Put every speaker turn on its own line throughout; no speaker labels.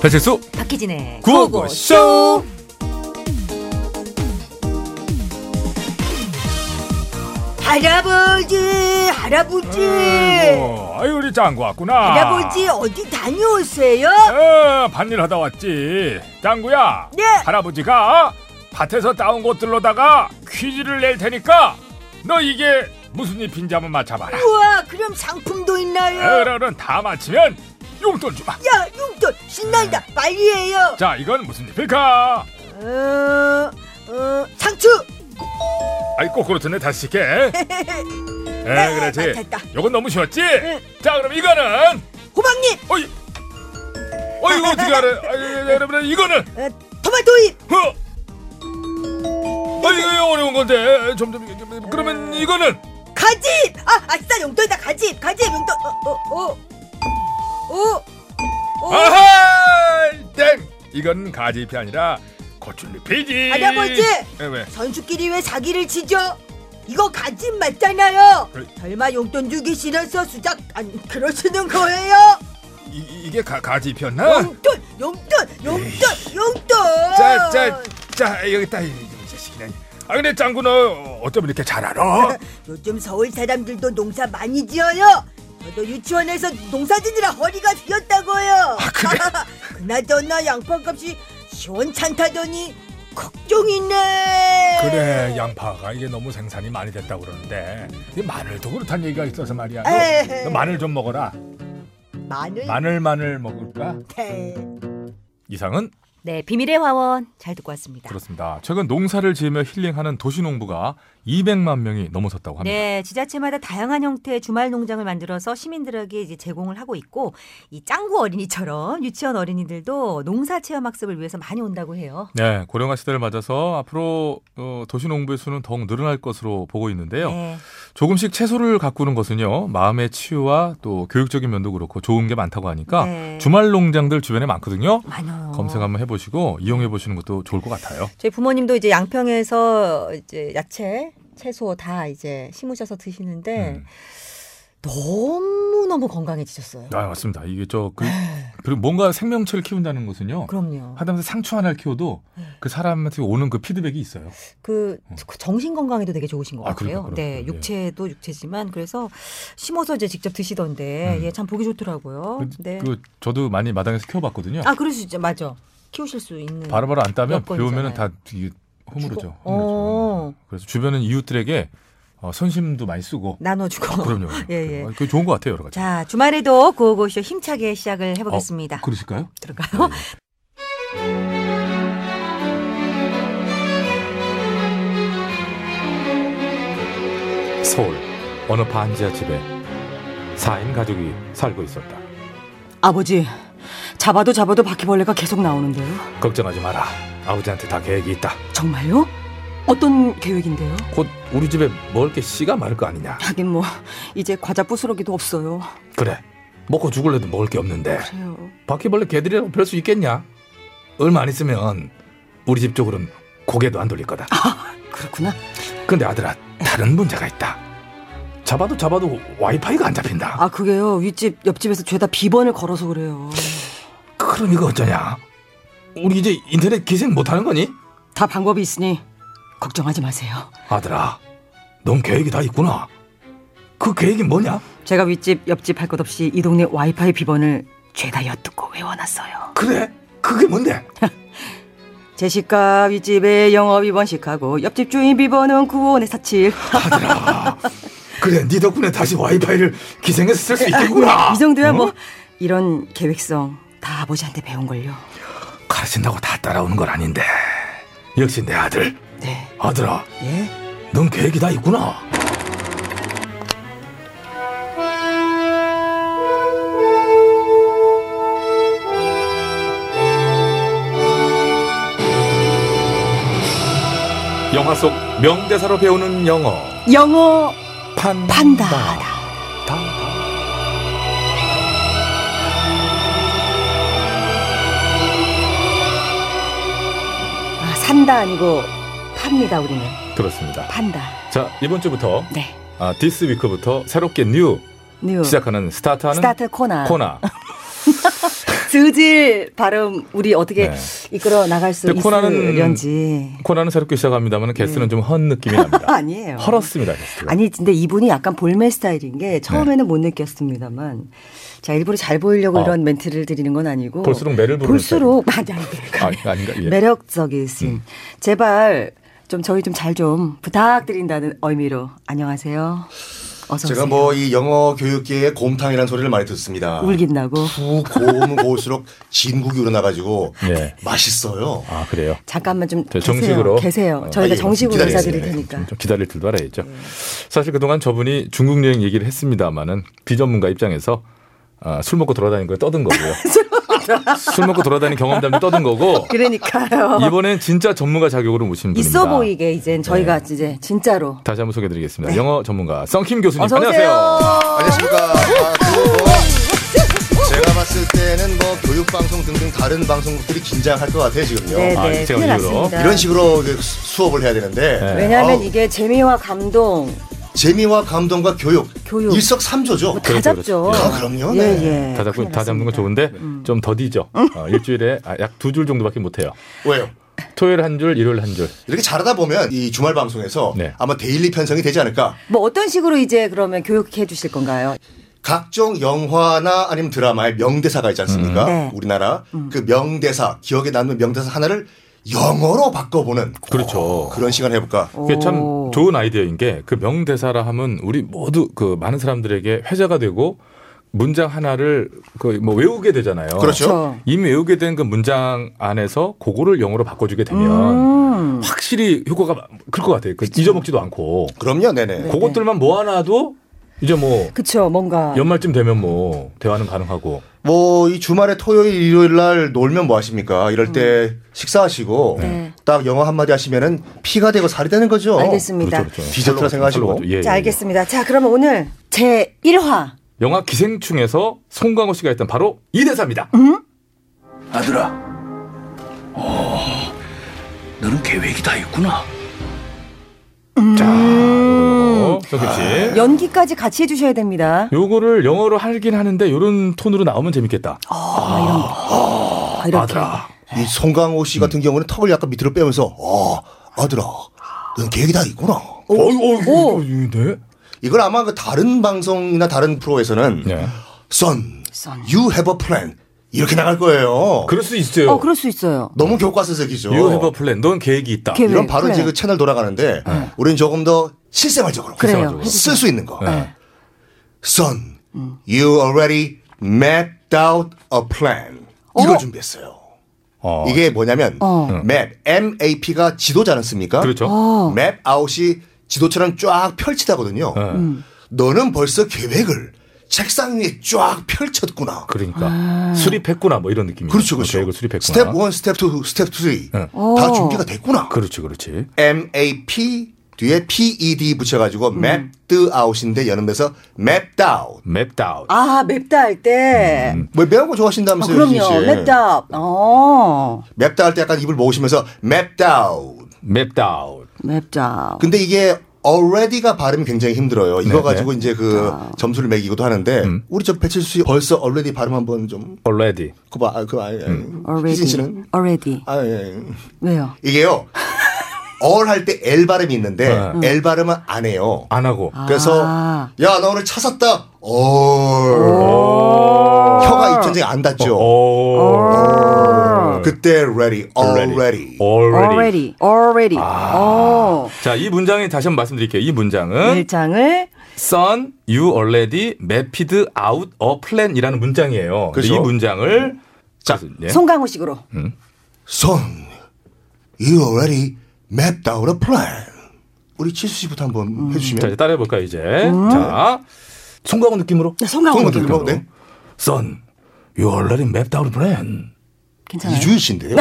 배칠수
박희진의
구호고쇼
할아버지 할아버지
아이고, 아이 우리 짱구 왔구나
할아버지 어디 다녀오세요?
어, 반일 하다 왔지 짱구야
네.
할아버지가 밭에서 따온 것들로다가 퀴즈를 낼 테니까 너 이게 무슨 잎인지 한번 맞춰봐라
우와 그럼 상품도 있나요?
그러는 다 맞히면 용돈 주마
야 용돈 신난다 빨리 해요
자 이건 무슨 잎일까
어, 어, 상추
아이 거꾸로 듣네 다시 시게 에 그렇지
맞았다.
요건 너무 쉬웠지 자 그럼 이거는
호박잎
어이 어이구 어떻게 알아 아이, 여러분 이거는
어, 토마토잎
어! 아니 이거 어려운 건데 점점 이게 좀-
어.
그러면 이거는
가지! 아, 아싸, 용돈이다, 가지! 가지, 용돈! 어, 어, 어. 어, 어.
아하 땡 이건 가지잎이 아니라 고추잎이지
할아버지!
에, 왜
선수끼리 왜 사기를 치죠? 이거 가지 맞잖아요!
그래.
설마 용돈 주기 싫어서 수작, 안, 그러시는 거예요?
이, 이게 가, 가지잎이었나
용돈, 용돈, 용돈, 용돈!
자자자 여기 있다 이 이 자식이 그냥. 아 근데 짱구 너 어쩜 이렇게 잘 알아
요즘 서울 사람들도 농사 많이 지어요. 저도 유치원에서 농사 지느라 허리가 휘었다고요.
아, 그래?
나저나 양파값이 시원찮다더니 걱정이네.
그래 양파가 이게 너무 생산이 많이 됐다고 그러는데 이 마늘도 그렇다는 얘기가 있어서 말이야
에이.
너, 너 마늘 좀 먹어라
마늘.
마늘 마늘 먹을까
대.
이상은
네, 비밀의 화원 잘 듣고 왔습니다.
그렇습니다. 최근 농사를 지으며 힐링하는 도시농부가 200만 명이 넘어섰다고 합니다.
네, 지자체마다 다양한 형태의 주말 농장을 만들어서 시민들에게 이제 제공을 하고 있고 이 짱구 어린이처럼 유치원 어린이들도 농사 체험 학습을 위해서 많이 온다고 해요.
네, 고령화 시대를 맞아서 앞으로 어, 도시 농부의 수는 더욱 늘어날 것으로 보고 있는데요.
네.
조금씩 채소를 가꾸는 것은요, 마음의 치유와 또 교육적인 면도 그렇고 좋은 게 많다고 하니까
네. 어.
주말 농장들 주변에 많거든요.
많아요.
검색 한번 해보시고 이용해 보시는 것도 좋을 것 같아요.
저희 부모님도 이제 양평에서 이제 야채, 채소 다 이제 심으셔서 드시는데
음.
너무 너무 건강해지셨어요.
아, 맞습니다. 이게 저 그, 리고 뭔가 생명체를 키운다는 것은요.
그럼요. 네.
하다못해 상추 하나를 키워도 그 사람한테 오는 그 피드백이 있어요.
그, 그 정신 건강에도 되게 좋으신 것
음. 아,
같아요.
그럼요, 그럼요.
네,
예.
육체도 육체지만 그래서 심어서 이제 직접 드시던데
음.
예, 참 보기 좋더라고요.
그,
네.
그 저도 많이 마당에서 키워봤거든요.
아, 그럴 수 있죠. 맞아. 키우실 수 있는.
바로바로 안 따면 비 오면은
여건이잖아요.
다 이게 허물어져.
죽어.
허물어져.
어.
그래서 주변은 이웃들에게 어, 선심도 많이 쓰고.
나눠주고.
그럼요.
예, 예.
그게 좋은 것 같아요, 여러 가지.
자, 주말에도 고고쇼 힘차게 시작을 해보겠습니다.
어, 그러실까요?
들어가요.
네.
서울 어느 반 지하집에 4인 가족이 살고 있었다.
아버지, 잡아도 잡아도 바퀴벌레가 계속 나오는데요.
걱정하지 마라. 아버지한테 다 계획이 있다.
정말요? 어떤 계획인데요?
곧 우리 집에 먹을 게 씨가 많을 거 아니냐.
하긴 뭐 이제 과자 부스러기도 없어요.
그래. 먹고 죽을래도 먹을 게 없는데
그래요.
바퀴벌레 개들이라고 별수 있겠냐? 얼마 안 있으면 우리 집 쪽으로는 고개도 안 돌릴 거다.
그렇구나.
근데 아들아 다른 문제가 있다. 잡아도 잡아도 와이파이가 안 잡힌다.
아 그게요. 윗집 옆집에서 죄다 비번을 걸어서 그래요.
그럼 이거 어쩌냐? 우리 이제 인터넷 기생 못하는 거니?
다 방법이 있으니 걱정하지 마세요.
아들아, 넌 계획이 다 있구나. 그 계획이 뭐냐?
제가 윗집 옆집 할 것 없이 이 동네 와이파이 비번을 죄다 엿듣고 외워놨어요.
그래? 그게 뭔데?
제 시가 윗집의 영업 비번 식하고 옆집 주인 비번은 9547.
아들아, 그래 네 덕분에 다시 와이파이를 기생해서 쓸 수 있겠구나.
이 정도야 뭐 이런 계획성 다 아버지한테 배운 걸요.
가르친다고 다 따라오는 건 아닌데. 역시 내 아들.
네.
아들아,
예.
넌 계획이 다 있구나.
영화 속 명대사로 배우는 영어.
영어
판,
판다. 아, 산다 아니고 팝니다 우리는
그렇습니다.
판다.
자, 이번 주부터,
네.
아, 디스 위크부터 새롭게 뉴
뉴
시작하는 스타트하는
스타트 코너.
코너.
저질 발음 우리 어떻게
네.
이끌어 나갈 수
근데 코난은-
있을런지
코난은 새롭게 시작합니다만 게스트는 좀 헌 느낌이 납니다.
아니에요.
헐었습니다. 게스트가.
아니 근데 이분이 약간 볼매 스타일인 게 처음에는
네.
못 느꼈습니다만 자 일부러 잘 보이려고
어.
이런 멘트를 드리는 건 아니고
볼수록 매를 부르는
볼수록 그러니까. 많이 안 될까
아, 아닌가? 예. 음.
매력적이신 제발 좀 저희 좀 잘 좀 부탁드린다는 의미로 안녕하세요 어서
제가
오세요
뭐 이 영어 교육계의 곰탕이라는 소리를 많이 듣습니다.
울긴 나고
후 고음 고울수록 진국이 우러나가지고
예.
맛있어요.
아 그래요.
잠깐만 좀
저
계세요.
네, 정식으로.
계세요
어,
저희가
아, 예,
정식으로
기다리겠습니다.
인사드릴
네,
테니까 네.
좀, 좀 기다릴 줄도 알아야죠. 사실 그동안 저분이 중국 여행 얘기를 했습니다마는 비전문가 입장에서 아, 술 먹고 돌아다닌 걸 떠든 거고요. 술 먹고 돌아다닌 경험담도 떠든 거고
그러니까요
이번엔 진짜 전문가 자격으로 모신 분입니다.
있어 보이게
네.
이젠 저희가 이제 진짜로
다시 한번 소개해드리겠습니다. 영어 전문가 썬킴 교수님
어서
네, 안녕하세요.
오세요
안녕하십니까. 아, 그리고 뭐 제가 봤을 때는 뭐 교육 방송 등등 다른 방송국들이 긴장할 것 같아요 지금요.
네네
아, 제가
큰일
이유로.
났습니다
이런 식으로 어. 그 수- 수업을 해야 되는데
네.
왜냐하면
아우,
이게 재미와 감동
재미와 감동과 교육,
교육.
일석삼조죠.
뭐 다
그렇죠,
잡죠.
그렇죠. 아, 그럼요. 네.
예, 예.
다 잡고
큰일
다 잡는 건
났습니다. 음.
좋은데 좀 더디죠. 어, 일주일에 약 두 줄 정도밖에 못 해요.
왜요?
토요일 한 줄, 일요일 한 줄.
이렇게 잘하다 보면 이 주말 방송에서
네.
아마 데일리 편성이 되지 않을까.
뭐 어떤 식으로 이제 그러면 교육해 주실 건가요?
각종 영화나 아니면 드라마에 명대사가 있지 않습니까?
네.
우리나라 그 명대사 기억에 남는 명대사 하나를 영어로 바꿔보는
그렇죠.
그런 시간 해볼까.
그게 참 좋은 아이디어인 게 그 명대사라 하면 우리 모두 그 많은 사람들에게 회자가 되고 문장 하나를 그 뭐 외우게 되잖아요.
그렇죠.
저.
이미 외우게 된 그 문장 안에서 그거를 영어로 바꿔주게 되면
음.
확실히 효과가 클 것 같아요. 그 잊어먹지도 않고
그럼요, 네네.
그것들만 모아놔도 이제 뭐
그쵸 뭔가
연말쯤 되면 뭐 대화는 가능하고
뭐 이 주말에 토요일, 일요일 날 놀면 뭐 하십니까? 이럴 때 식사하시고
음. 네.
딱 영어 한마디 하시면은 피가 되고 살이 되는 거죠.
아, 알겠습니다.
그렇죠,
그렇죠,
디저트라 생각하시고.
예, 예,
자
예.
알겠습니다. 자 그러면 오늘 제 1화
영화 기생충에서 송강호 씨가 했던 바로 이 대사입니다.
아들아, 어, 너는 계획이 다 있구나.
음.
자, 요거, 요거. 석규 씨.
연기까지 같이 해주셔야 됩니다.
요거를 영어로 하긴 하는데 요런 톤으로 나오면 재밌겠다.
아, 이렇게
아들아.
이 송강호 씨 같은 경우는 턱을 약간 밑으로 빼면서 아 아들아, 넌 계획이 다 있구나.
어,
오, 오, 네.
이걸 아마 그 다른 방송이나 다른 프로에서는
네.
son, you have a plan 이렇게 나갈 거예요.
그럴 수 있어요.
어 그럴 수 있어요.
너무 교과서적이죠.
You have a plan. 네. 넌 계획이 있다.
계획.
이런 바로
그래.
이제 그 채널 돌아가는데 우리는 조금 더 실생활적으로
그래요. 음.
쓸 수 있는 거.
네.
네.
Son, you already mapped out a plan. 이걸 준비했어요.
어.
이게 뭐냐면 map, M-A-P가 지도지 않습니까?
그렇죠.
어.
map out이 지도처럼 쫙 펼치다거든요.
네.
음.
너는 벌써 계획을 책상 위에 쫙 펼쳤구나.
그러니까
아.
수립했구나 뭐 이런 느낌이.
그렇죠, 그렇죠.
계획을 수립했구나.
스텝 1, 스텝 2, 스텝 3.
네.
어.
다 준비가 됐구나.
그렇지, 그렇지.
MAP 뒤에 PED 붙여가지고
음.
mapped out인데 연음에서 mapped out.
맵 out.
아 맵다 할 때.
뭐 매운 거
아,
좋아하신다면서요, 유진
그럼요
씨.
맵다. 어
맵다 할 때 약간 입을 모으시면서 mapped out.
맵 out.
맵다.
근데 이게 already가 발음이 굉장히 힘들어요. 이거
네, 음.
가지고 이제 그
아.
점수를 매기기도 하는데 우리 저 배칠 수 벌써 already 발음 한번 좀
already.
그봐 아, 그봐. 아,
음.
희진
already
씨는
already
아 예. 예.
왜요?
이게요. all 할 때 L 발음이 있는데
네.
L 발음은 안 해요.
안 하고.
그래서
아.
야 나 오늘 차 샀다. 어. 혀가 입천장에 안 닿죠.
어, 오. 어.
그때 ready, already.
already.
아.
already already. 어
자, 이 문장에 다시 한번 말씀드릴게요. 이 문장은
네. 일장을
Son, you already mapped out a plan이라는 문장이에요. 근데
그죠?
이 문장을 자, 예.
송강호식으로
음. Son, you already mapped out a plan. 우리 칠수 씨부터 한번
자,
해주시면.
이제 따라해 볼까요, 이제. 자. 송강호 느낌으로.
송강호
송강호 느낌으로, 네.
Son, you already mapped out a plan.
괜찮아요.
이주희 씨인데요?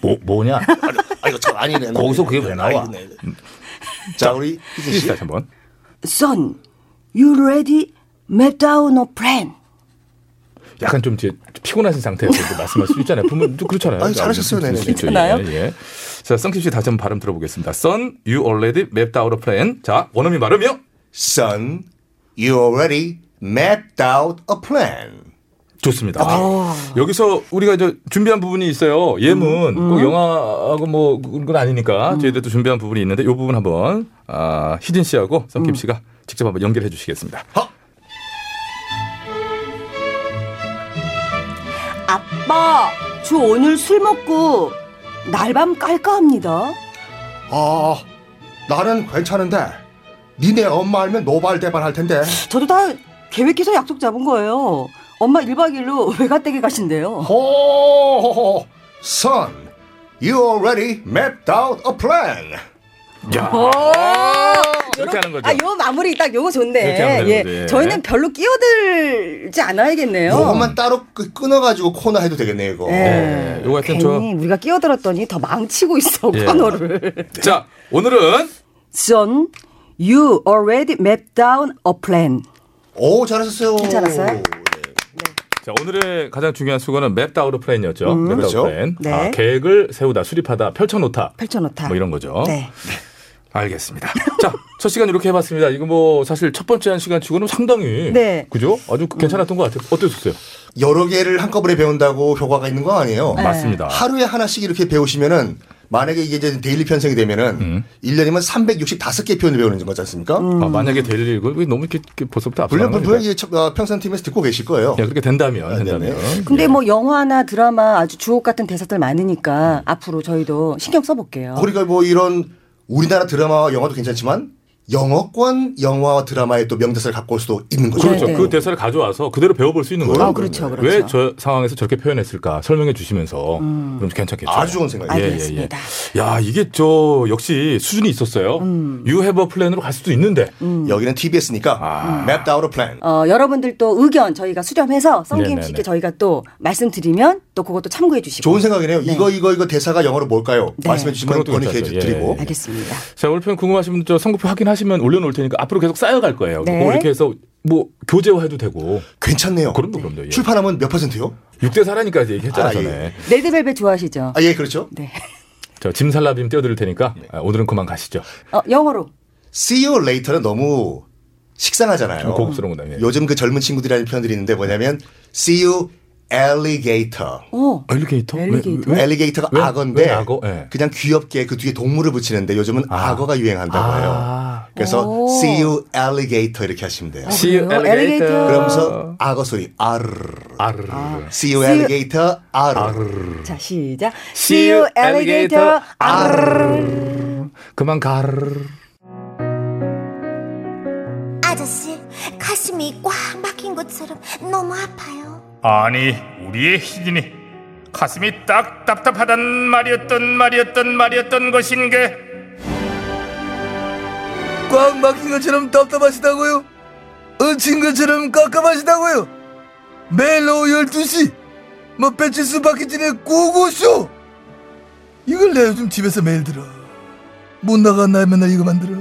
뭐 뭐냐?
아 이거 참 아니네.
거기서 그게 왜 나와? 음.
자 우리 희진
다시
씨.
한번.
Son, you ready? Map down a plan.
약간 좀 이제 피곤하신 상태에서 이렇게 말씀할 수 있잖아요. 보면 또 그렇잖아요.
아니, 잘하셨어요, 네네.
그렇죠.
괜찮아요?
예, 예. 자, 썬킴 씨 다시 한번 발음 들어보겠습니다. Son, you already mapped out a plan. 자, 원어민 발음이요.
Son, you already mapped out a plan.
좋습니다.
아.
여기서 우리가 저 준비한 부분이 있어요. 예문
음.
꼭 영화하고 뭐 그런 건 아니니까 저희들도 준비한 부분이 있는데 이 부분 한번 아, 희진 씨하고 썸김
음.
씨가 직접 한번 연결해 주시겠습니다.
아빠, 저 오늘 술 먹고 날밤 깔까 합니다.
아, 나는 괜찮은데 니네 엄마 알면 노발대발 할 텐데.
저도 다 계획해서 약속 잡은 거예요. 엄마 1박 2일로 외갓댁에 가신대요.
호호호, son, you already mapped out a plan.
이렇게 하는 거죠.
아, 요 마무리 딱 요거 좋네.
이렇게 하면 되는
예.
거지. 뭐,
저희는 별로 끼어들지 않아야겠네요.
요것만 따로 끄- 끊어가지고 코너 해도 되겠네 이거.
예.
예, 요거 하여튼
괜히
저-
우리가 끼어들었더니 더 망치고 있어
예.
코너를.
자 오늘은
Son, you already mapped down a plan.
오 잘하셨어요.
괜찮았어요?
자 오늘의 가장 중요한 수고는 맵 다우르 플랜이었죠. 맵
그렇죠.
다우르 플랜.
네.
아, 계획을 세우다, 수립하다, 펼쳐놓다.
펼쳐놓다.
뭐 이런 거죠.
네.
알겠습니다. 자, 첫 시간 이렇게 해봤습니다. 이거 뭐 사실 첫 번째 한 시간 치고는 상당히
네.
그죠? 아주 괜찮았던 것 같아요. 어떠셨어요?
여러 개를 한꺼번에 배운다고 효과가 있는 거
네.
아니에요?
맞습니다.
네. 하루에 하나씩 이렇게 배우시면은 만약에 이게 이제 데일리 편성이
음.
되면은 일 1년이면 365개 표현을 배우는 거지 않습니까?
음.
아, 만약에 데일리 이거 왜 너무 이렇게, 이렇게 벌써부터
음. 물론
앞서는
분명히 아, 이제 첫- 어, 평산팀에서 듣고 계실 거예요.
그렇게 된다면 된다면.
근데 뭐 영화나 드라마 아주 주옥 같은
음.
대사들 많으니까 앞으로 저희도 신경 써볼게요.
그러니까 뭐 이런 우리나라 드라마와 영화도 괜찮지만 영어권 영화와 드라마의 또 명대사를 갖고 올 수도 있는 거죠.
그렇죠.
네.
그 대사를 가져와서 그대로 배워볼 수 있는 거예요.
아, 그렇죠, 그렇죠. 음.
왜 저 상황에서 저렇게 표현했을까 설명해 주시면서 그럼 괜찮겠죠.
아주 좋은 생각이에요.
예, 예, 예.
알겠습니다.
야 이게 저 역시 수준이 있었어요.
음.
유해버 플랜으로 갈 수도 있는데
여기는
아.
TBS니까 맵 다우로 플랜.
어, 여러분들 또 의견 저희가 수렴해서 성김
네네네.
씨께 저희가 또 말씀드리면 또 그것도 참고해 주시고.
좋은 생각이네요. 이거 이거 이거 대사가 영어로 뭘까요?
네.
말씀해 주시면
그것도
권익해
괜찮죠. 예.
드리고.
알겠습니다.
자, 오늘 표현 궁금하신 분들 저 선거표 확인하시면 올려놓을 테니까 앞으로 계속 쌓여갈 거예요.
네.
그거 이렇게 해서 뭐 교재화해도 되고.
괜찮네요.
그럼요, 그럼요. 예.
출판하면 몇 퍼센트요?
6대 4라니까 얘기했잖아,
아, 예.
전에.
레드벨벳 좋아하시죠?
아 예 그렇죠.
네.
저 짐살라빔 띄워드릴 테니까
예.
아, 오늘은 그만 가시죠.
어, 영어로.
See you later는 너무 식상하잖아요.
좀 고급스러운 거다, 예.
요즘 그 젊은 친구들이라는 표현들이 있는데 뭐냐면 see you alligator.
어.
엘리게이터? 왜-
엘리게이터?
왜?
엘리게이터가
왜-
악어인데
왜 악어? 예.
그냥 귀엽게 그 뒤에 동물을 붙이는데 요즘은 악어가 유행한다고
아.
해요. 그래서
오.
see you alligator 이렇게 하시면 돼요.
See you,
그래요?
alligator.
엘리게이터.
그러면서 악어 소리 아르르
어, 아르르.
see you
See you-
alligator 아르르
자, 시작.
See you, alligator.
아르르.
그만 가르르.
아저씨 가슴이 꽉 막힌 것처럼 너무 아파요.
아니 우리의 희진이 가슴이 딱 답답하단 말이었던 말이었던 말이었던 것인게
꽉 막힌 것처럼 답답하시다고요? 얹힌 것처럼 깝깝하시다고요? 매일 오후 12시 뭐 배치수 박희진의 고고쇼 이걸 내가 요즘 집에서 매일 들어 못 나간 날 맨날 이거만 들어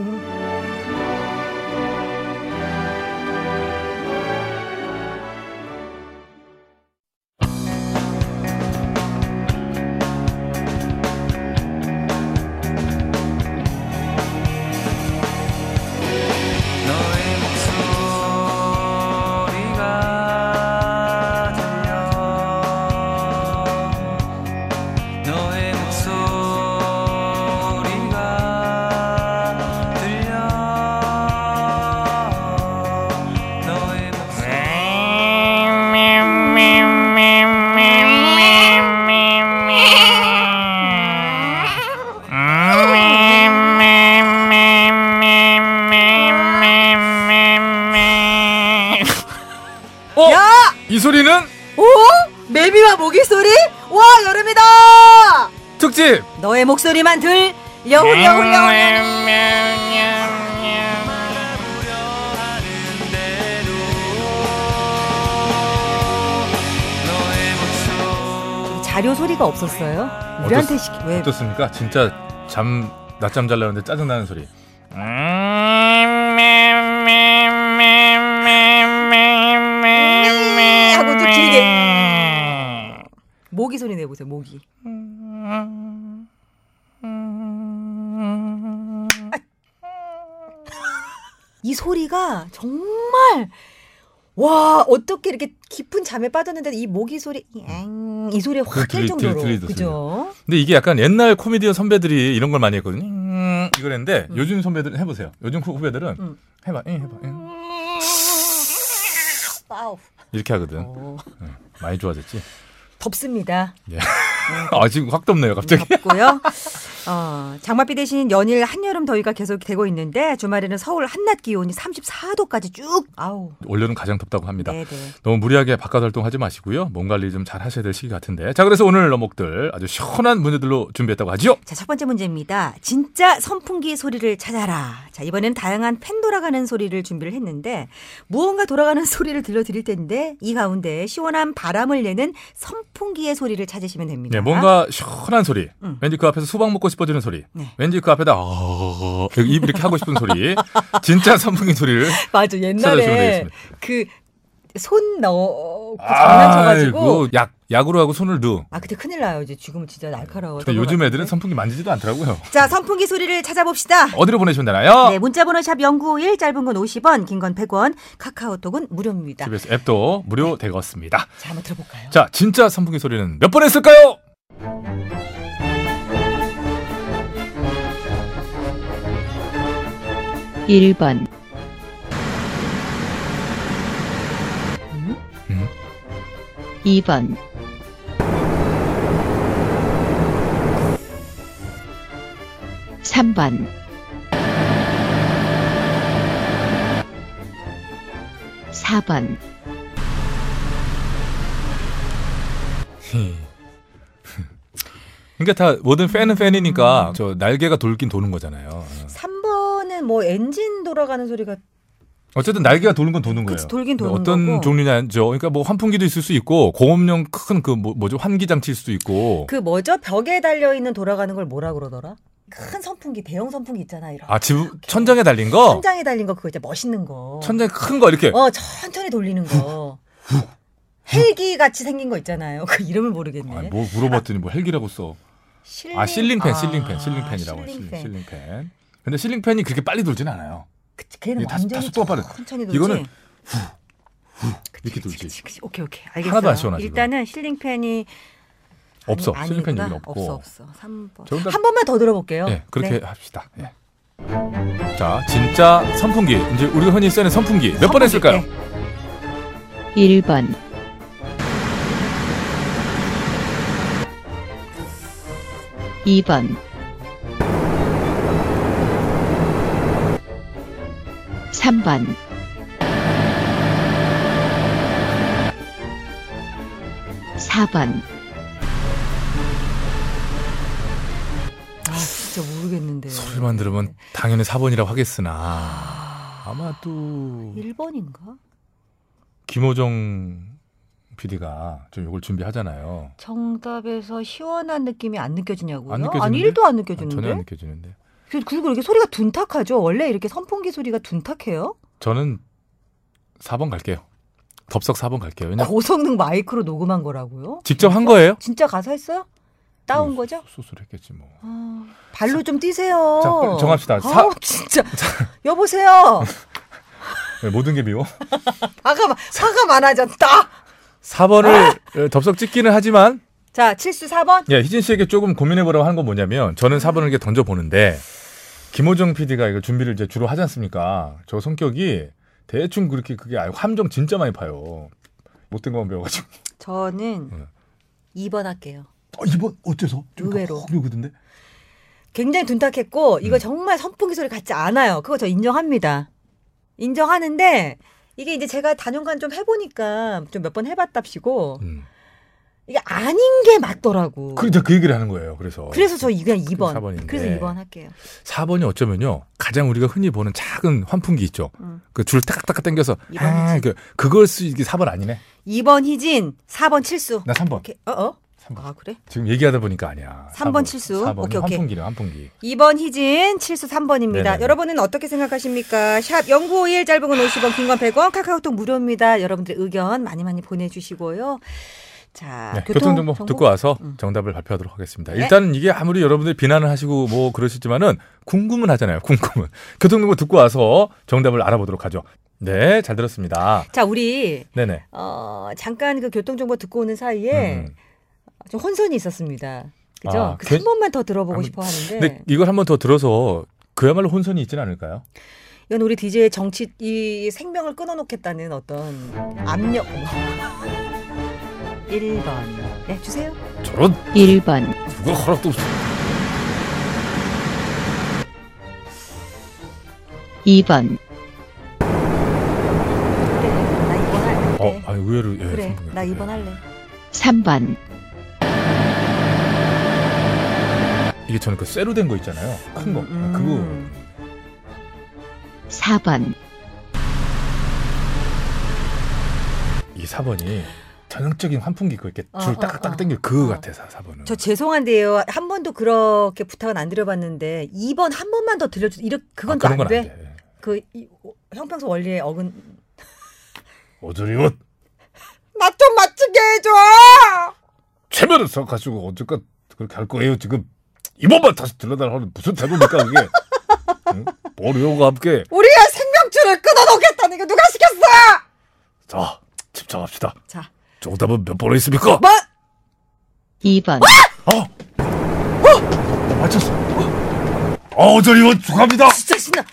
이 소리는
오? 매미와 모기 소리? 와, 여름이다!
특집!
너의 목소리만 들 여울여울 여울. 자료 소리가 없었어요. 우리한테
아. 어떻-
시키 왜
어떻습니까? 진짜 잠, 낮잠 잘라는데 짜증나는 소리.
하고 좀 길게 모기 소리 내보세요. 모기.
아.
아. 이 소리가 정말
와 어떻게 이렇게 깊은 잠에 빠졌는데 이 모기 소리 앵, 이 소리에 확
네, 들리-
깰 정도로
들리- 들리더군요.
그죠?
근데 이게 약간 옛날 코미디언 선배들이 이런 걸 많이 했거든요. 음, 이걸 했는데 요즘 선배들은 해보세요. 요즘 후- 후배들은
음.
해봐, 예, 해봐. 예.
와우
이렇게 하거든. 예, 많이 좋아졌지.
덥습니다.
아 지금 확 덥네요, 갑자기.
덥고요. 어, 장맛비 대신 연일 한여름 더위가 계속 되고 있는데 주말에는 서울 한낮 기온이 34도까지 쭉 아우
올여름 가장 덥다고 합니다.
네네
너무 무리하게 바깥 활동하지 마시고요. 몸 관리 좀 잘 하셔야 될 시기 같은데. 자, 그래서 오늘 어목들 아주 시원한 문제들로 준비했다고 하지요.
자첫 번째 문제입니다. 진짜 선풍기 소리를 찾아라. 자 이번엔 다양한 팬 돌아가는 소리를 준비를 했는데 무언가 돌아가는 소리를 들려드릴 텐데 이 가운데 시원한 바람을 내는 선풍기의 소리를 찾으시면 됩니다.
네, 뭔가 시원한 소리. 왠지 그 앞에서 수박 먹고 싶어지는 소리.
음. 네.
왠지 그 앞에다 어... 입 이렇게 하고 싶은 소리. 진짜 선풍기 소리를.
맞아
찾아주시면
옛날에
되겠습니다.
그 손 넣고 장난쳐가지고
아이고, 약 약으로 하고 손을 넣어.
아 그때 큰일 나요 이제 지금은 진짜 날카로워.
근데 요즘 애들은 선풍기 만지지도 않더라고요.
자, 선풍기 소리를 찾아봅시다.
어디로 보내시면 되나요?
네, 문자번호 샵 0951, 짧은 건 50원, 긴 건 100원, 카카오톡은 무료입니다.
TBS 앱도 무료 되겠습니다.
자, 한번 들어볼까요?
자, 진짜 선풍기 소리는 몇 번 했을까요? 그러니까 다 모든 팬은 팬이니까
음.
저 날개가 돌긴 도는 거잖아요. 어.
3번은 뭐 엔진 돌아가는 소리가
어쨌든 날개가 도는 건 도는 거예요.
그치, 돌긴 도는
어떤
거고.
종류냐죠. 그러니까 뭐 환풍기도 있을 수 있고 공업용 큰 그 뭐죠 환기 장치일 수도 있고.
그 뭐죠? 벽에 달려 있는 돌아가는 걸 뭐라 그러더라? 큰 선풍기, 대형 선풍기 있잖아. 이런.
아, 집 천장에 달린 거.
천장에 달린 거 그거 이제 멋있는 거.
천장 큰 거 이렇게.
어, 천천히 돌리는 거. 헬기 같이 생긴 거 있잖아요. 그 이름을 모르겠네.
아, 뭐 물어봤더니 뭐 헬기라고 써.
실링.
아 실링팬,
아,
실링팬, 실링팬이라고 해요. 실링,
실링팬.
실링팬. 근데 실링팬이 그렇게 빨리 돌진 않아요.
그치, 걔는
이게 다소-
완전히
다소 빠른.
천천히 돌지.
이거는 이렇게 돌지.
그치, 그치. 오케이 오케이 알겠어요.
하나도 안 시원하지,
일단은 실링팬이
없어.
아니,
실링팬 여기
아니구나.
없고.
없어 없어. 3번.
저는 다-
한 번만 더 들어볼게요.
예, 그렇게
네.
합시다. 예. 자, 진짜 선풍기. 이제 우리가 흔히 쓰는 선풍기 몇 번 했을까요?
네.
1번, 이번 3번, 4번,
아, 진짜 네. 모르겠는데.
네. 소리만 들으면 당연히 4번이라고 하겠으나
아.
아마도
1번인가?
김호정 PD가 좀 이걸 준비하잖아요.
정답에서 시원한 느낌이 안 느껴지냐고요?
안 느껴지는데?
아니 1도 안
아,
느껴지는데.
전혀 안 느껴지는데.
그- 그리고 이렇게 소리가 둔탁하죠. 원래 이렇게 선풍기 소리가 둔탁해요?
저는 4번 갈게요. 덥석 4번 갈게요. 왜냐
고성능 마이크로 녹음한 거라고요?
직접 한 거예요?
진짜 가서 했어요?
음.
따온 거죠?
수술했겠지 뭐.
아, 발로 좀 뛰세요.
자, 빨리 정합시다. 사-
아우, 진짜. 여보세요.
왜 네, 모든 게 미워.
화가 마- 화가 많아졌다.
4번을 덥석 찍기는 하지만
자, 칠수 4번.
예, 희진 씨에게 조금 고민해보라고 하는 건 뭐냐면 저는 4번을 이렇게 던져보는데 김호정 PD가 이거 준비를 이제 주로 하지 않습니까? 저 성격이 대충 그렇게 그게 아니고 함정 진짜 많이 파요. 못된 것만 배워가지고. 네.
저는 2번 할게요.
어, 이번 어째서? 좀
의외로.
확 요구던데?
굉장히 둔탁했고
음.
이거 정말 선풍기 소리 같지 않아요. 그거 저 인정합니다. 인정하는데 이게 이제 제가 단연간 좀 해보니까 좀 몇 번 해봤답시고
음.
이게 아닌 게 맞더라고.
그래서 그 얘기를 하는 거예요. 그래서.
그래서 저 이- 그냥 2번.
4번인데.
그래서 2번 할게요.
4번이 어쩌면요. 가장 우리가 흔히 보는 작은 환풍기 있죠.
음.
그 줄 딱딱 당겨서
이번이지.
아, 그, 그걸 쓰기 4번 아니네.
2번 희진, 4번 칠수.
나 3번.
오케이. 어 어.
삼 번.
아 그래?
지금 얘기하다 보니까 아니야.
삼번 칠수.
4번.
오케이, 오케이.
환풍기네, 환풍기.
2번 희진, 칠수 3번입니다.
네네네.
여러분은 어떻게 생각하십니까? 샵 0951, 짧은 건 50원, 긴 건 100원, 카카오톡 무료입니다. 여러분들 의견 많이 많이 보내주시고요. 자,
네, 교통정보
아, 정보?
듣고 와서
음.
정답을 발표하도록 하겠습니다.
네.
일단은 이게 아무리 여러분들이 비난을 하시고 뭐 그러시지만은 궁금은 하잖아요. 궁금은. 교통정보 듣고 와서 정답을 알아보도록 하죠. 네, 잘 들었습니다.
자, 우리
네네.
어, 잠깐 그 교통 정보 듣고 오는 사이에
음.
좀 혼선이 있었습니다. 그죠?
아, 네.
그래서
괜-
한 번만 더 들어보고
아니,
싶어 하는데
근데 이걸 한 번 더 들어서 그야말로 혼선이 있지는 않을까요?
이건 우리 DJ의 정치 이 생명을 끊어놓겠다는 어떤 압력. 1번. 네, 주세요.
저런
1번,
누가 허락도 없어.
2번,
그래, 나 2번 할래. 네.
어, 아니, 의외로 예,
그래,
성분이
나
없네요.
2번 할래.
3번,
예.
이게 저는 그 쇠로 된 거 있잖아요. 큰 거.
음.
4번,
그거 이 4번이 전형적인 환풍기 그 이렇게
어,
줄
어,
딱딱
어.
당길 그거
어.
같아서 4번은.
저 죄송한데요. 한 번도 그렇게 부탁은 안 드려봤는데 2번 한 번만 더 들려주. 이렇 그건
아, 그런
또안
건 안
돼.
돼.
그 이- 어, 형평성 원리에 어근.
오드리옷
나 좀 맞추게 해줘.
최면을 써가지고 어쨌건 그렇게 할 거예요 지금 이번만 다시 들러달라 하는 무슨 태도입니까 그게? 응? 보류와 함께
우리의 생명줄을 끊어놓겠다는 게 누가 시켰어?
자 집중합시다.
자,
정답은 몇 번에 있습니까? 어?
뭐?
2번,
맞췄어. 어, 오드리옷 축하합니다.
진짜 신나.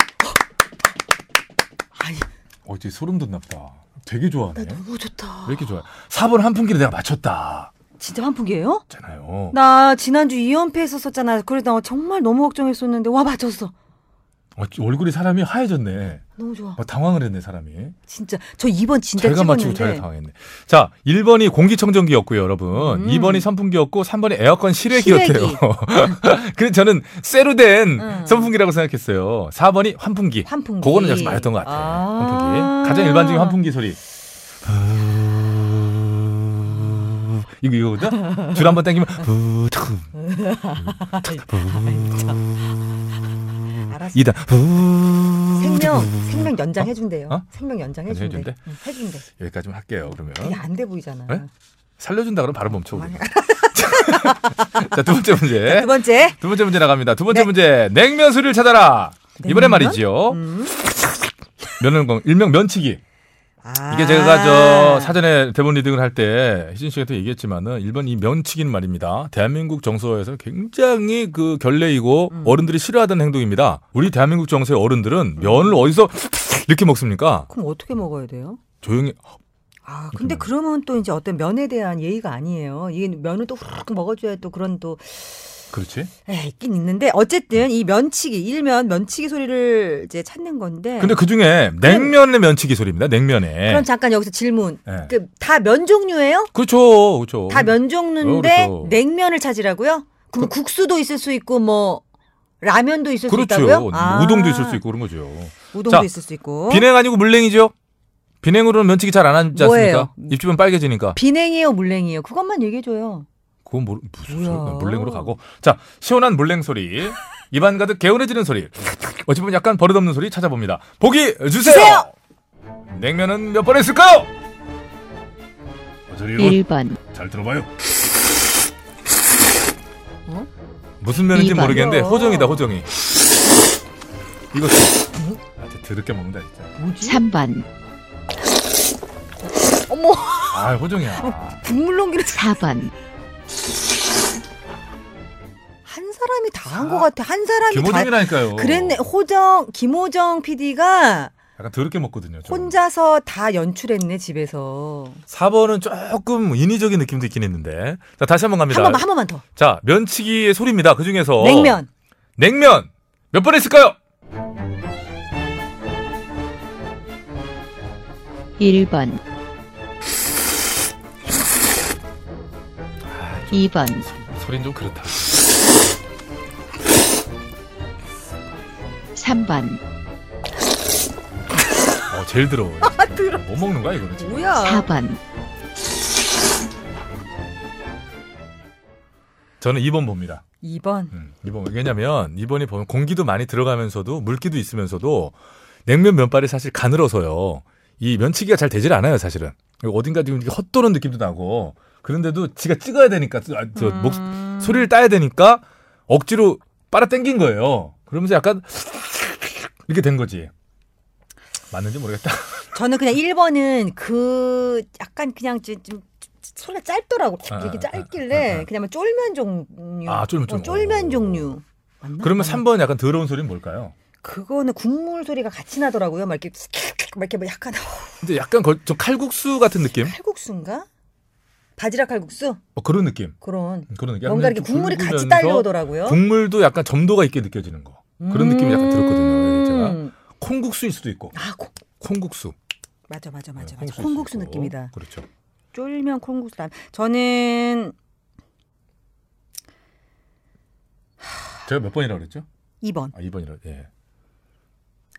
어, 되게 소름 돋나 보다. 되게 좋아하네. 왜
너무 좋다.
이렇게 좋아해? 4번 환풍기를 내가 맞췄다.
진짜 환풍기예요?
잖아요.
나 지난주 2연패 했었잖아. 그래 나 정말 너무 걱정했었는데 와 맞췄어.
어, 얼굴이 사람이 하얘졌네.
너무 좋아.
어, 당황을 했네, 사람이.
진짜 저 2번 진짜
제가 맞추고 제가
찍었는데
당황했네. 자, 1번이 공기청정기였고요, 여러분.
음.
2번이 선풍기였고, 3번이 에어컨 실외기였대요.
실외기.
그래서 저는 쇠로 된
음.
선풍기라고 생각했어요. 4번이 환풍기.
환풍기.
그거는 여기서 말했던 것 같아요.
아.
환풍기. 가장 일반적인 환풍기 소리. 이거 이거거든. 줄 한번 당기면 후, 툭,
알았어.
이단. 후.
생명 생명 연장 해준대요.
음. 어?
생명 연장
연장
해준대.
해준대? 어?
응, 해준대.
여기까지만 할게요. 그러면
되게 안 돼 보이잖아.
네? 살려준다 그러면 바로 멈춰. 우리. 자, 두 번째 문제.
두 번째
두 번째 문제 나갑니다. 두 번째
네.
문제 냉면 수리를 찾아라. 이번에 말이지요.
음.
면은공 일명 면치기.
아.
이게 제가 저 사전에 대본 리딩을 할 때 희진 씨한테 얘기했지만은 일본 이 면치기는 말입니다. 대한민국 정서에서 굉장히 그 결례이고
음.
어른들이 싫어하던 행동입니다. 우리 대한민국 정서의 어른들은 면을 어디서 이렇게 먹습니까?
그럼 어떻게 먹어야 돼요?
조용히
아 근데 그러면 또 이제 어떤 면에 대한 예의가 아니에요. 이게 면을 또 후루룩 먹어줘야 또 그런 또
그렇지.
에 있긴 있는데 어쨌든 이 면치기 일면 면치기 소리를 이제 찾는 건데.
근데 그 네. 중에 냉면의 면치기 소리입니다. 냉면에.
그럼 잠깐 여기서 질문.
예.
그 다 면 종류예요?
그렇죠, 그렇죠.
다 면 종류인데
어, 그렇죠.
냉면을 찾으라고요? 그럼 국수도 있을 수 있고 뭐 라면도 있을 수
그렇죠.
있다고요?
뭐
아, 어?
우동도 있을 수 있고 그런 거죠.
우동도
자,
있을 수 있고.
비냉 아니고 물냉이죠. 비냉으로는 면치기 잘 안 하지 않습니까?
뭐예요?
입주변 빨개지니까.
비냉이에요, 물냉이에요? 그것만 얘기해 줘요.
그건 뭐, 무슨
뭐야.
소리야. 물냉으로 가고. 자, 시원한 물냉 소리. 입안 가득 개운해지는 소리. 어찌 보면 약간 버릇없는 소리 찾아봅니다. 보기 주세요!
주세요!
냉면은 몇 번 했을까요?
오드리옷
1번,
잘 들어봐요.
무슨 면인지
이번.
모르겠는데,
뭐야.
호정이다, 호정이. 이거. 아, 진짜 드럽게 먹는다, 진짜.
3번,
어머,
아,
어,
호정이야.
국물 넘기는
4번,
한 사람이 다 한 것 같아. 한 사람이 다.
김호정이라니까요.
그랬네. 호정 김호정 PD가
약간 더럽게 먹거든요. 저.
혼자서 다 연출했네 집에서.
4번은 조금 인위적인 느낌도 있긴 했는데. 자, 다시 한 번
한
갑니다.
번만 한 번만 더.
자, 면치기의 소리입니다. 그 중에서.
냉면.
냉면 몇 번 했을까요?
1번, 2번,
소린 좀 그렇다.
3번,
어, 제일 더러워.
아, 더러워.
뭐 먹는 거야 이거는 지금?
뭐야?
4번,
저는 2번 봅니다.
2번.
음, 2번 왜냐면 2번이 보면 공기도 많이 들어가면서도 물기도 있으면서도 냉면 면발이 사실 가늘어서요. 이 면치기가 잘 되질 않아요 사실은. 이거 어딘가 지금 이렇게 헛도는 느낌도 나고 그런데도 지가 찍어야 되니까 아, 저
음.
목, 소리를 따야 되니까 억지로 빨아당긴 거예요. 그러면서 약간 이렇게 된 거지. 맞는지 모르겠다.
저는 그냥 1번은 그 약간 그냥 좀, 좀 소리가 짧더라고. 이렇게 짧길래 그냥 뭐 쫄면 종류.
아, 쫄면 종류.
어, 쫄면 종류. 맞나?
그러면
맞나?
3번 약간 더러운 소리는 뭘까요?
그거는 국물 소리가 같이 나더라고요. 막 이렇게 스키키키 막 이렇게 뭐 약간
근데 약간 거- 좀 칼국수 같은 느낌?
칼국수인가? 바지락 칼국수
어, 그런 느낌.
그런
그런 느낌.
뭔가
약간
이렇게
좀
국물이 같이
굵으면서
딸려오더라고요.
국물도 약간 점도가 있게 느껴지는 거. 그런 느낌이 약간 들었거든요. 네, 제가
음.
콩국수일 수도 있고
아, 콩,
콩국수.
맞아 맞아
네,
맞아 맞아.
콩국수일
콩국수
수도 있고.
느낌이다.
그렇죠.
쫄면 콩국수 라면. 저는
제가 몇 번이라고 그랬죠?
2번,
아, 2번이라. 예.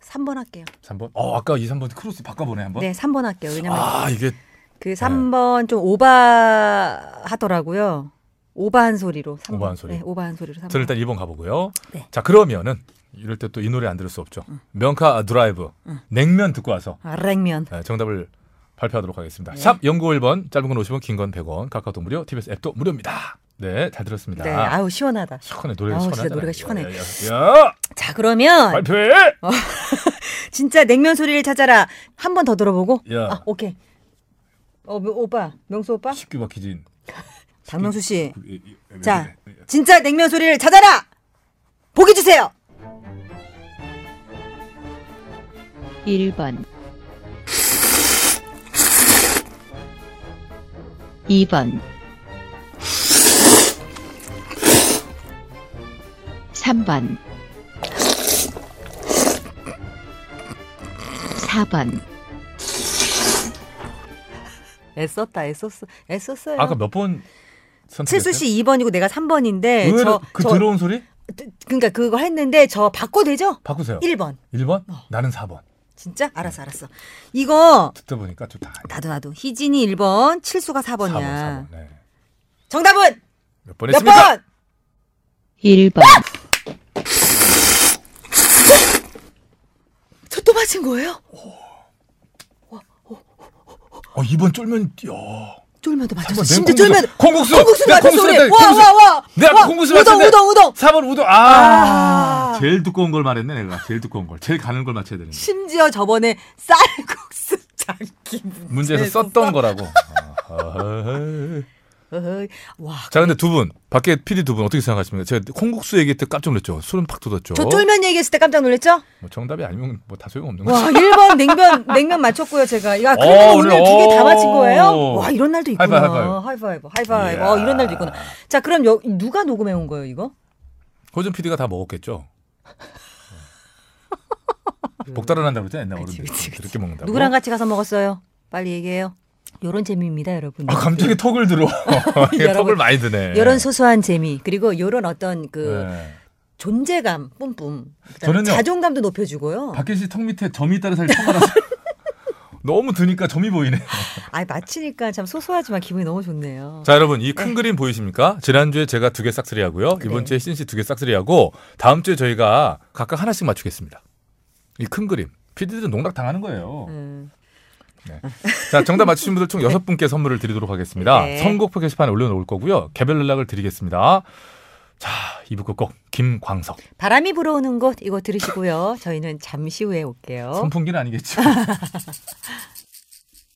3번 할게요.
3번. 어, 아까 2, 3번 크로스 바꿔 보네, 한번.
네, 3번 할게요. 왜냐면
아, 이게
그 3번 좀 오바하더라고요. 오바한 소리로. 3번.
오바한 소리.
네, 오바한 소리로 3번.
저는 일단 2번 가보고요.
네.
자, 그러면은 이럴 때 또 이 노래 안 들을 수 없죠. 명카 드라이브. 냉면 듣고 와서
아, 냉면.
네, 정답을 발표하도록
네.
하겠습니다. 샵 연구 1번, 짧은 건 50원, 긴 건 100원, 카카오톡 무료, TBS 앱도 무료입니다. 네, 잘 들었습니다.
네, 아우 시원하다.
시원해 노래
아우,
시원하잖아요. 예,
진짜 노래가 시원해.
야, 야, 야.
자,
아,
그러면 어,
발표해.
어?
진짜 냉면 소리를 찾아라. 한 번 더 들어보고.
야.
아, 오케이. 어, 명- 오빠, 명수 오빠,
쉽게 막히진.
박명수 씨.
그,
이- 이- 이-
자, 진짜 냉면 소리를 찾아라. 보기 주세요.
1번 2번 3번 4번
애썼다, 애썼어, 애썼어요.
아까 몇 번
칠수
선택했어요?
씨 2번이고 내가 3번인데
의외로
저,
그
저
더러운 소리
그러니까 그거 했는데 저 바꿔 되죠?
바꾸세요.
1번.
1번?
어.
나는 4번.
진짜? 알았어, 알았어. 이거
듣다 보니까 좀다
나도 나도 희진이 1번, 칠수가 4번이야.
4번, 4번. 네.
정답은
몇번
몇
했습니까?
번?
1번
저 또 맞힌 거예요?
어, 2번 쫄면 야.
쫄면도 맞췄어.
한번
심지어
냉
쫄면
콩국수.
콩국수
내가
맞췄어
콩국수
우리.
맞췄다. 콩국수.
와와와.
내가 콩국수
우동
맞췄네.
우동 우동.
4번 우동. 아. 제일 두꺼운 걸 말했네, 내가. 제일 두꺼운 걸. 제일 가는 걸 맞춰야 되는
심지어 저번에 쌀국수 장기
문제에서 썼던 거라고. 아, 아.
어허이. 와.
자, 근데 두 분, 밖에 PD 두 분 어떻게 생각하십니까? 제가 콩국수 얘기할 때 깜짝 놀랐죠. 소름 팍 돋았죠.
저 쫄면 얘기했을 때 깜짝 놀랐죠?
뭐 정답이 아니면 뭐 다 소용없는 거죠.
와, 1번 냉면 냉면 맞췄고요, 제가. 야,
어,
그래도 오늘
오늘,
두 개 다
어.
맞힌 거예요? 와, 이런 날도 있구나.
하이파이브,
하이파이브. 하이파이브. 어, 이런 날도 있구나. 자, 그럼 여, 누가 녹음해 온 거예요, 이거?
호준 PD가 다 먹었겠죠. 어. 복달은 한다고 그랬잖아, 옛날 어른들. 그렇게 먹는다고.
누구랑 같이 가서 먹었어요? 빨리 얘기해요. 요런 재미입니다, 여러분.
아, 갑자기 턱을 들어. 턱을
여러분,
많이 드네.
요런 소소한 재미, 그리고 요런 어떤 그
네.
존재감 뿜뿜. 그다음에
저는요.
자존감도 높여주고요.
박현 씨턱 밑에 점이 따라 살 턱알아서 너무 드니까 점이 보이네.
아, 마치니까 참 소소하지만 기분이 너무 좋네요. 네.
자, 여러분, 이 큰 그림 보이십니까? 지난주에 제가 두 개 싹쓸이 하고요. 이번 주에 신씨 두 개 싹쓸이 하고, 다음 주에 저희가 각각 하나씩 맞추겠습니다. 이 큰 그림. 피디들은 농락 당하는 거예요.
음.
자, 정답 맞추신 분들 총 여섯 분께 선물을 드리도록 하겠습니다.
네.
선곡표 게시판에 올려놓을 거고요. 개별 연락을 드리겠습니다. 자, 이부 끝곡 김광석.
바람이 불어오는 곳 이거 들으시고요. 저희는 잠시 후에 올게요.
선풍기는 아니겠죠?